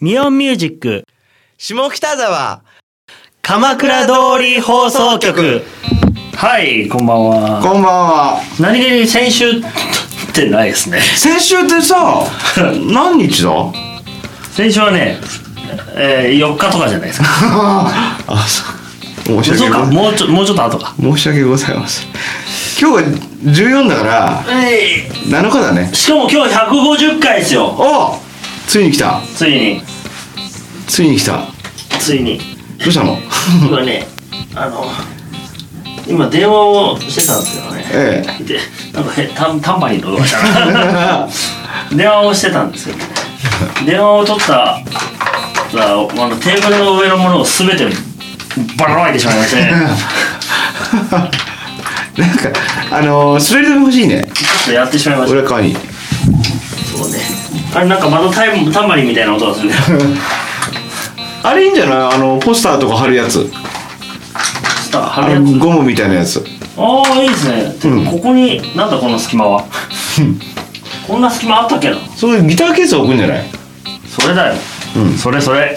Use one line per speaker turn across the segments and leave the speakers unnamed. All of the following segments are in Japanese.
ミオンミュージック
下北沢
鎌倉通り放送局はいこんばんは
こんばんは
何気に先週ってないですね
先週って さ何日だ
先週はね、えー、4日とかじゃないですか
あそう申し訳
そう
ござ
か
いま
もうちょもうちょっと後か
せん申し訳ございません今日が14だから7日だね
しかも今日150回ですよ
おついに来た
ついに
ついに来た
つ いに
どうした の
今ねあの今電話をしてたんですけどね
え
でなんかへタンタンバリンの音がした
え
な 電話をしてたんですけどね電話を取ったああのテーブルの上のものを全てばらまいてしまいまして
うん
ち
なんかあのー、スライドも欲しいね
ょっとやってしまいました
俺川に
そうねあれなんかまたタイムタンバリンみたいな音がするね
あれいいんじゃないあのポスターとか貼るやつ
スター貼
あ
るや
の
つ
ゴムみたいなやつ
ああいいですね、て
うん
ここになんだこの隙間 はこんな隙間あったっけな
そういうギターケース置くんじゃない
それだよ、
うん
それそれ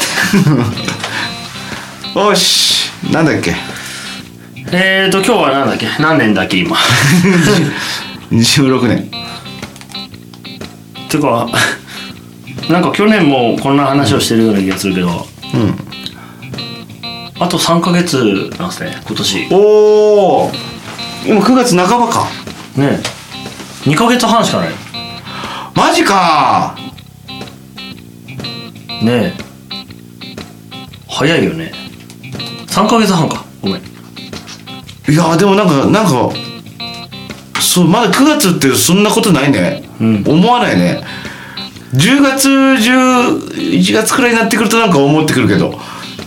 おーしなんだっけ
えーと今日はなんだっけ何年だっ け今
26年
てか なんか去年もこんな話をしてるような気がするけど
うん
あと3ヶ月なんですね今年ね
おお今9月半ばか
2ヶ月半しかない
マジか
ねえ早いよね3ヶ月半かごめん
いやーでもなんかなんかそうまだ9月ってそんなことないね、
うん
思わないね10月11月くらいになってくるとなんか思ってくるけど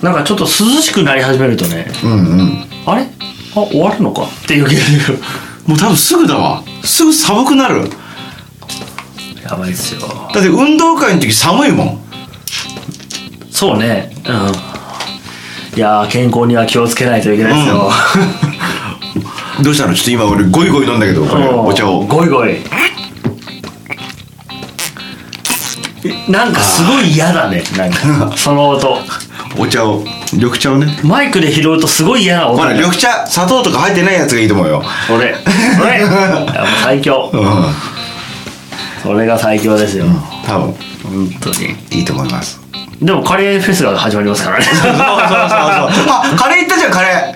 なんかちょっと涼しくなり始めるとね
うんうん
あれあ終わるのかっていう気がする
もう多分すぐだわすぐ寒くなる
やばいっすよ
だって運動会の時寒いもん
そうねうんいやー健康には気をつけないといけないですよ、
どうしたのちょっと今俺ゴイゴイ飲んだけどこれ
うん
お茶を
ゴイゴイなんかすごい嫌だねなんか その音
お茶を緑茶をね
マイクで拾うとすごい嫌な音
ほら
だよ
緑茶砂糖とか入ってないやつがいいと思うよ
それそ れいやもう最強
うん
それが最強ですよ、
多分
本当に
いいと思います
でもカレーフェスが始まりますからね
そうそうそうそう あカレー行ったじゃんカレ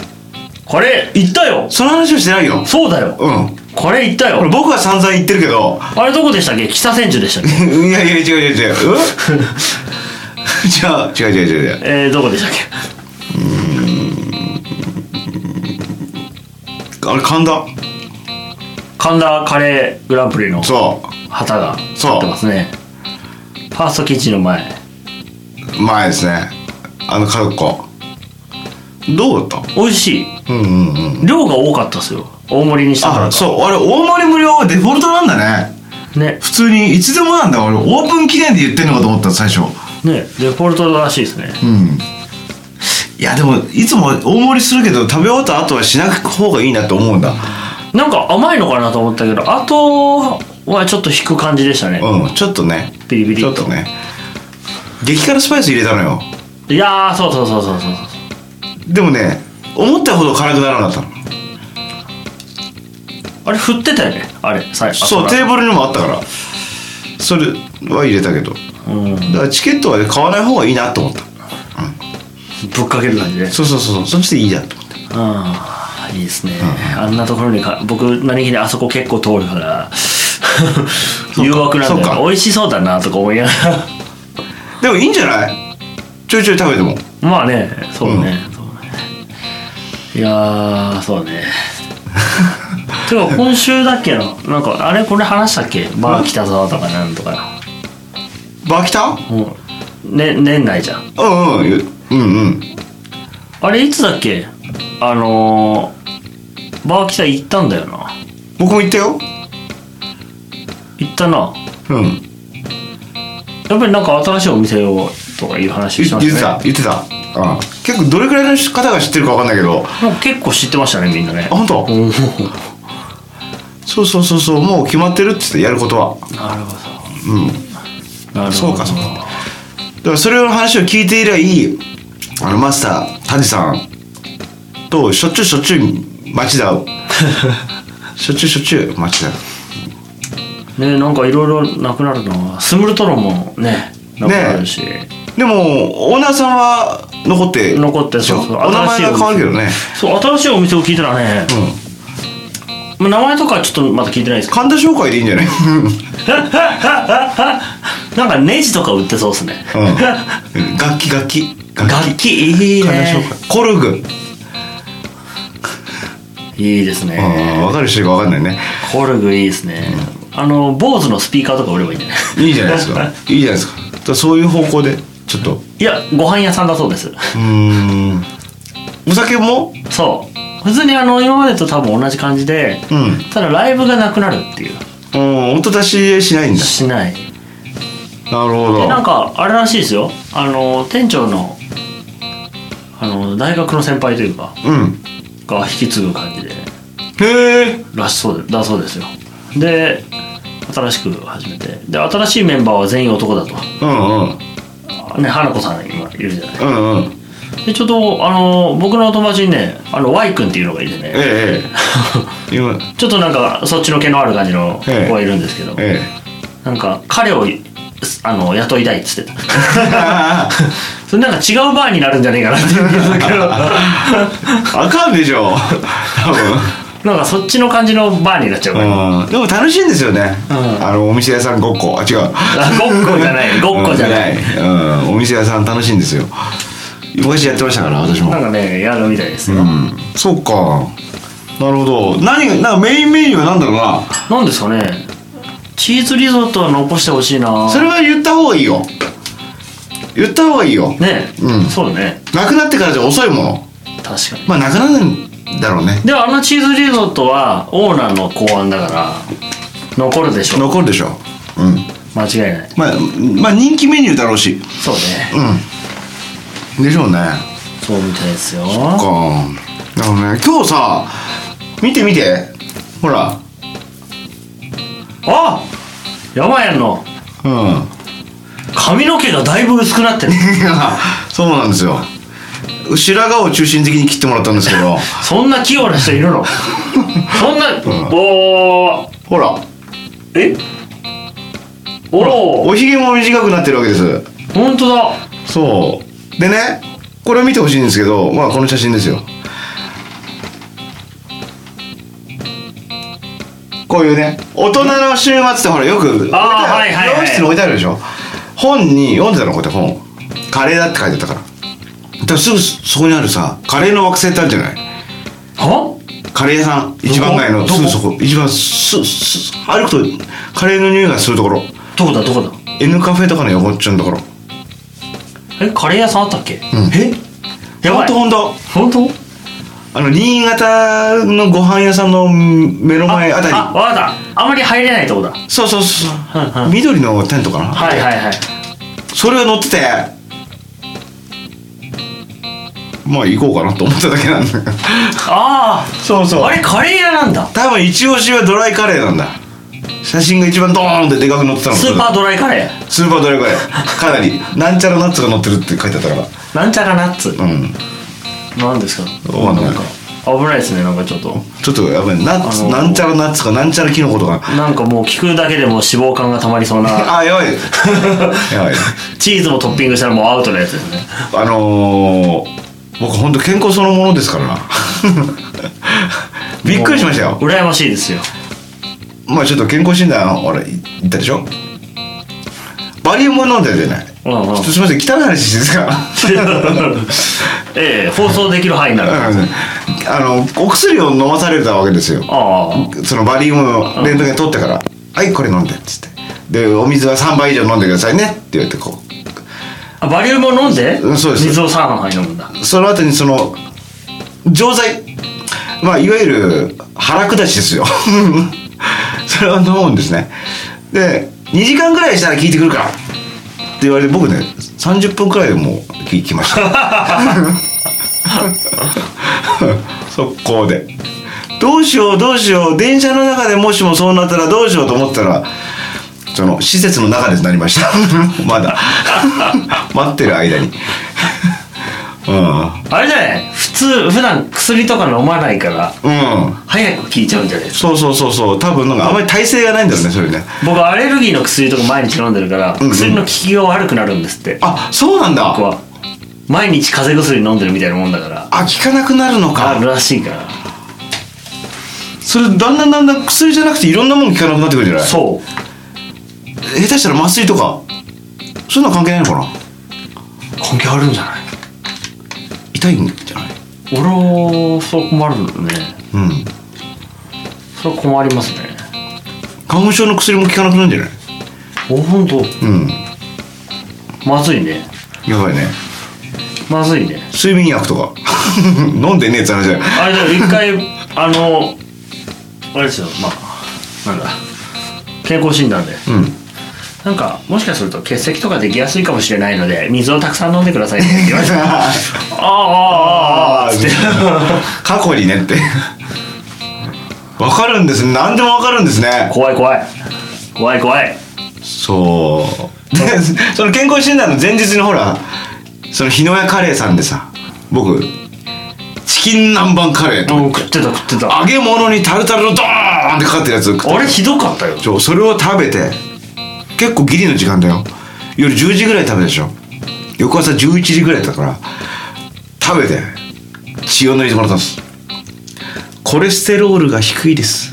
ー
カレー行ったよ
その話はしてないよ
そうだよ
うん
カレー行った
これ
よ
僕は散々言ってるけど
あれどこでしたっけ北千住でしたっけ
いやいや違う違う違ううん じゃあ違う違う違う違う
えー、どこでしたっけ
あれ神田
神田カレーグランプリの
そ
旗が立
そう
ってますねファーストキッチンの前
う前ですねあの角っこどうだっ
美味しい
たうんうんうん
量が多かったですよ大盛りにしたから
あ
か
そうあれ大盛り無料デフォルトなんだね
ね
普通にいつでもなんだ俺オープン記念で言ってんのかと思った最初
ねデフォルトらしいですね
うんいやでもいつも大盛りするけど食べ終わった後はしなく方がいいなと思うんだ
なんか甘いのかなと思ったけどあとはちょっと引く感じでしたね
うんちょっとね
ビリビリ
ちょ
と
っとね激辛スパイス入れたのよ
いやーそうそうそうそうそう
でもね思ったほど辛くならなかったの
あれ振ってたよねあれ最後
そう
後
テ
か
ーブルにもあったからそれは入れたけど
らうん
だからチケットはね買わない方がいいなと思った
ぶっかける感じで
そうそうそうそうそっちでいいやと思って
ああいいですね、あんなところにか僕何気にあそこ結構通るから 誘惑なんだ
そう
よ
か
美味しそうだなとか思いながら
でもいいんじゃないちょいちょい食べても
まあねそうね,、そうねいやーそ うねてか今週だっけななんかあれこれ話したっけバー北沢とかなんとか、
バーキタ
もうね年内じゃん
うんうんうんうん
あれいつだっけあのー、バー北行ったんだよな
僕も行ったよ
行ったな
うん
やっぱりなんか新しいお店をとかいう話
言
をし
言
ま
っ
してた
た
ね
言ってた、うん、結構どれくらいの方が知ってるか分かんないけどあ
なんか結構知ってましたねみんなね
本当
うん
そうそうそうそうもう決まってるっつってやることは
なるほ
うん
どなるほど
そうかそうかからそれの話を聞いて以来あのマスタータジさんとしょっちゅうしょっちゅう町田 をしょっちゅうしょっちゅう町田
ねなんかいろいろなくなるのはスムルトロもねなくなるし、
でもオーナーさんは残って
残ってそうそう
お名前が変わるけどね
そう新しいお店を聞いたらね、
うん
まあ名前とかはちょっとまだ聞いてないですけ
神田紹介でいいんじゃない
ど なんかネジとか売ってそうですね、
うん楽器楽器楽
楽器いい
神田
ね
紹介コルグ
いいですね、
うん分かる人が分かんないね
コルグいいですね、あの坊主のスピーカーとか売ればいいんじゃない
いいじゃないですかいいじゃないですかだからそういう方向でちょっとう
いやご飯屋さんだそうです
ーんお酒も
そう普通にあの今までと多分同じ感じで、
うん
ただライブがなくなるっていう
うん音出し入れしないんだ
しない
なるほ
で
ど
なんかあれらしいですよあの店長のあの大学の先輩というか
うん
が引き継ぐ感じで
へえ
らしそうでだそうですよで新しく始めてで新しいメンバーは全員男だと
うんうん
ね花子さん今いるじゃない
うんうん
でちょうどあの僕のお友達にねあの Y 君っていうのがいてね
ええええ今
ちょっとなんかそっちの毛のある感じの
ええ
子がいるんですけど、
え
なんか彼をあの雇いたいっつって
え
た それなんか違うバーになるんじゃねえかなって言うんだけ ど
あかんでしょ多分
なんかそっちの感じのバーになっちゃうから、
うんでも楽しいんですよね、
うん
あのお店屋さんごっこあ違う
あごっこじゃないごっこじゃない
うんないうんお店屋さん楽しいんですよ昔やってましたから私も
なんかねやるみたいですよ、
うんそうかなるほど何がなんかメインメニューは何だろうな
なんですかねチーズリゾットは残してほしいな
それは言った方がいいよ言った方がいいよ
ね、
うん
そうだね
なくなってからじゃ遅いもの
確かに
まあなくなるんだろうね
でもあのチーズリゾットはオーナーの考案だから残るでしょ
残るでしょうん
間違いない
まあまあ人気メニューだろうし
そうね
うんでしょうね
そうみたいですよ
かなるほどね今日さ見て見てほら
あ山やんの
うん
髪の毛がだいぶ薄くなってる
そうなんですよ白髪を中心的に切ってもらったんですけど
そんな器用な人い るのそんな、おー
ほら
えおろ
おひげも短くなってるわけです
ほんとだ
そうでねこれを見てほしいんですけどまあこの写真ですよこういうね大人の週末ってほらよく
あー
置て
はいはいはい
美容室に置いてあるでしょ本に読んでたのこうやって本カレーだって書いてあったからだからすぐそこにあるさカレーの惑星ってあるじゃない
は
カレー屋さん一番街の
ど
す
こ
ぐそこ一番すす歩くとカレーの匂いがするところ
どこだどこだ
N カフェとかの横っちょのところ
えカレー屋さんあったっけ、えやば
ほん
い
とほんと
本当
あの新潟のご飯屋さんの目の前あたり
あわかったあまり入れないとこだは
そうそうそう、
うんうん
緑のテントかな、
いはいはい
それが乗っててまあ行こうかなと思っただけなんだ
あ
そうそ
あ
う
あれカレー屋なんだ
多分一押しはドライカレーなんだ写真が一番ドーンってでかく乗ってたの
スーパードライカレー
スーパードライカレーかなりなんちゃらナッツが乗ってるって書いてあったから
なんちゃらナッツ
うん
なんですか
わかんない
んか危ないですねなんかちょっと
ちょっとやばいナッツ、
あのー
なんちゃらナッツかなんちゃらキノコとか
なんかもう聞くだけでも脂肪感がたまりそ うな
あやばいやばい
チーズもトッピングしたらもうアウトなやつですね
あのー、僕本当健康そのものですからな びっくりしましたよ
もう羨ましいですよ
まあちょっと健康診断俺言ったでしょバリウム飲んでるじゃない
うんうん
ちょっとすみません汚い話していいですか
ええ放送できる範囲なら
うんあのお薬を飲まされたわけですよ
ああ
そのバリウムをレントゲン取ってから「はいこれ飲んで」っつってで「お水は3杯以上飲んでくださいね」って言われてこう
あバリウムを飲んで
うんそうです
水を3杯飲むんだ
その後にその錠剤まあいわゆる腹下しですよ それを飲むんですねで2時間ぐらいしたら効いてくるからって言われて僕ね30分くらいでもう効きました 速攻でどうしようどうしよう電車の中でもしもそうなったらどうしようと思ったらその施設の中でなりました まだ待ってる間にうん
あれじゃない普通普段薬とか飲まないから
うん
早く効いちゃうんじゃないですか
そうそうそうそう多分なんかあまり耐性がないんだろうねそれね
僕アレルギーの薬とか毎日飲んでるから
んうん
薬の効きが悪くなるんですって
あそうなんだ
僕は毎日風邪薬飲んでるみたいなもんだから
あ効かなくなるの
あ
か
るらしいから
それだんだんだんだん薬じゃなくていろんなもん効かなくなってくるんじゃない
そう
下手したら麻酔とかそういうのは関係ないのかな
関係あるんじゃない
痛いんじゃない
俺はそれ困るんだよね
うん
それは困りますね
花粉症の薬も効かなくなるんじゃない
お本当
うん
まずいね
やばいね
まずいね
睡眠薬とか 飲んでねえって 話だよ
あれだよ一回あのあれですよまあなんだ健康診断で
うん
なんかもしかすると血石とかできやすいかもしれないので水をたくさん飲んでくださいねって言われてああああああつって
過去にねってわかるんですね何でもわかるんですね
怖い怖い怖い怖い
そうで その健康診断の前日にほらその日野屋カレーさんでさ僕チキン南蛮カレーと
うん食ってた食ってた
揚げ物にタルタルのドーンってかかってるやつ食って
あれひどかったよ
そうそれを食べて結構ギリの時間だよ夜10時ぐらい食べたでしょ翌朝11時ぐらいだったから食べて血を抜いてもらったんですコレステロールが低いです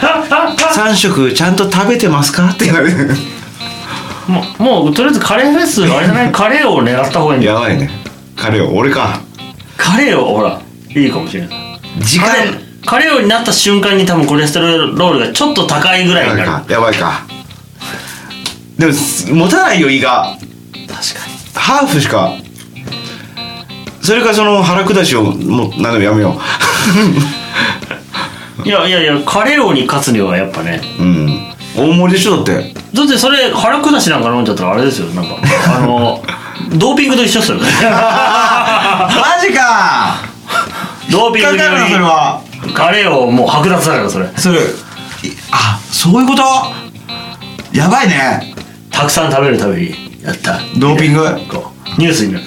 3食ちゃんと食べてますかって言われて
もうもうとりあえずカレーフェスあれじゃないカレーを狙った方がいいんだよ
やばいね彼を俺か
カレーをほらいいかもしれない
時
カレ
間
ーカレーをになった瞬間に多分コレステロールがちょっと高いぐらい
や
に
ばい
なる
かやばいかでも持たないよ胃が
確かに
ハーフしかそれかその腹下しをもう何でもやめよ
いやいやいやカレー王に勝つにはやっぱね
ううん大盛りでしょだって
だってそれ腹下しなんか飲んじゃったらあれですよなんかあ のドーピングと一緒っすよね
マジか
ドーピングに
な
よ
それは
りカレー王もう剥奪だからそれ
それあそういうことやばいね
たくさん食べるためにやった
ドーピング
こうニュースになる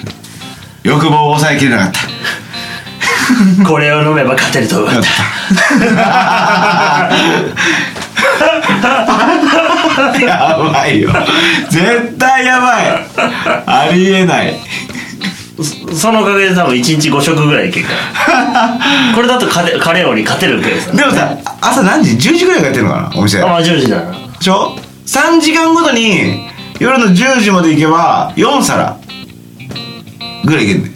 欲望を抑えきれなかっ
これを飲めば勝てると思った
たやばいよ絶対やばいありえない
そそのおかげで多分1日5食ぐらいいけるから これだとカレカレー王に勝てるわけですよ
でもさ朝何時10時ぐらいからやってるのかなお店
あまあ10時だな
でしょ3時間ごとに夜の10時まで行けば4皿ぐらいいけるね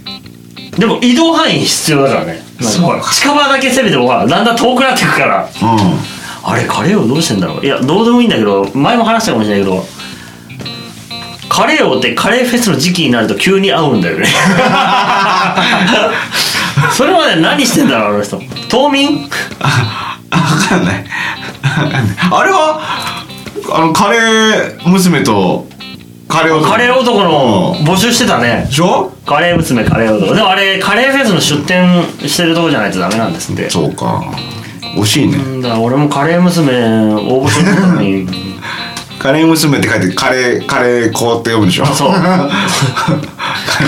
でも移動範囲必要だからね
そうか
近場だけ攻めてもほらだんだん遠くなってくから
う
あれカレーをどうしてんだろういやどうでもいいんだけど前も話したかもしれないけどカレーをってカレーフェスの時期になると急に合うんだ よねそれまで何してんだろうあの人冬眠
ん分かんないあれはあのカレー娘とカレー男
カレー男の
うん
募集してたね
でしょ
カレー娘カレー男でもあれカレーフェスの出店してるとこじゃないとダメなんですって
そうか惜しいね
なんだ俺もカレー娘応募してたの に
カレー娘って書いてカレーカレー子って読むでしょ
そう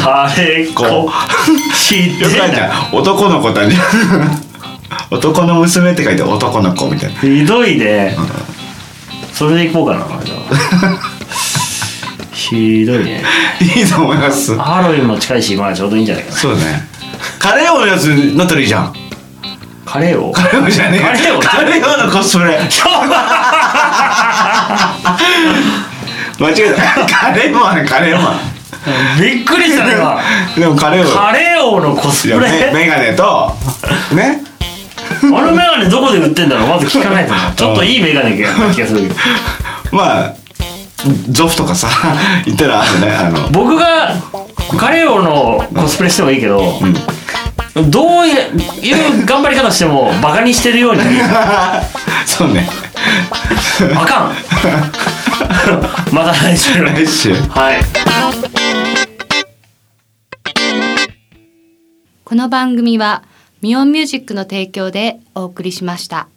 カレー
こ
こひ
よく書いて
で
ある男の子たち 男の娘って書いて男の子みたいな
えひどいねそれでいこうかなじゃ あひどいね
いいと思います
ハロウィンも近いしまあちょうどいいんじゃないかな
そうねカレー王のやつになったらいいじゃん
カレ ーを
カレー王じゃねえ
カレー王
カレー王のコスプレ間違えたカレーマンカレーマン
びっくりしたね今
でもカレー王
カレー王のコス
い
プ
や
レ
めメガネとね
あのメガネどこで売ってんだろうまず聞かない となちょっといいメガネな気がするけど
まあゾフとかさ言ったらあのねあの
僕がカレー王のコスプレしてもいいけど、どういう頑張り方してもバカにしてるように見える
そうね
あかん また 来週
来週
はい
この番組はミオンミュージックの提供でお送りしました。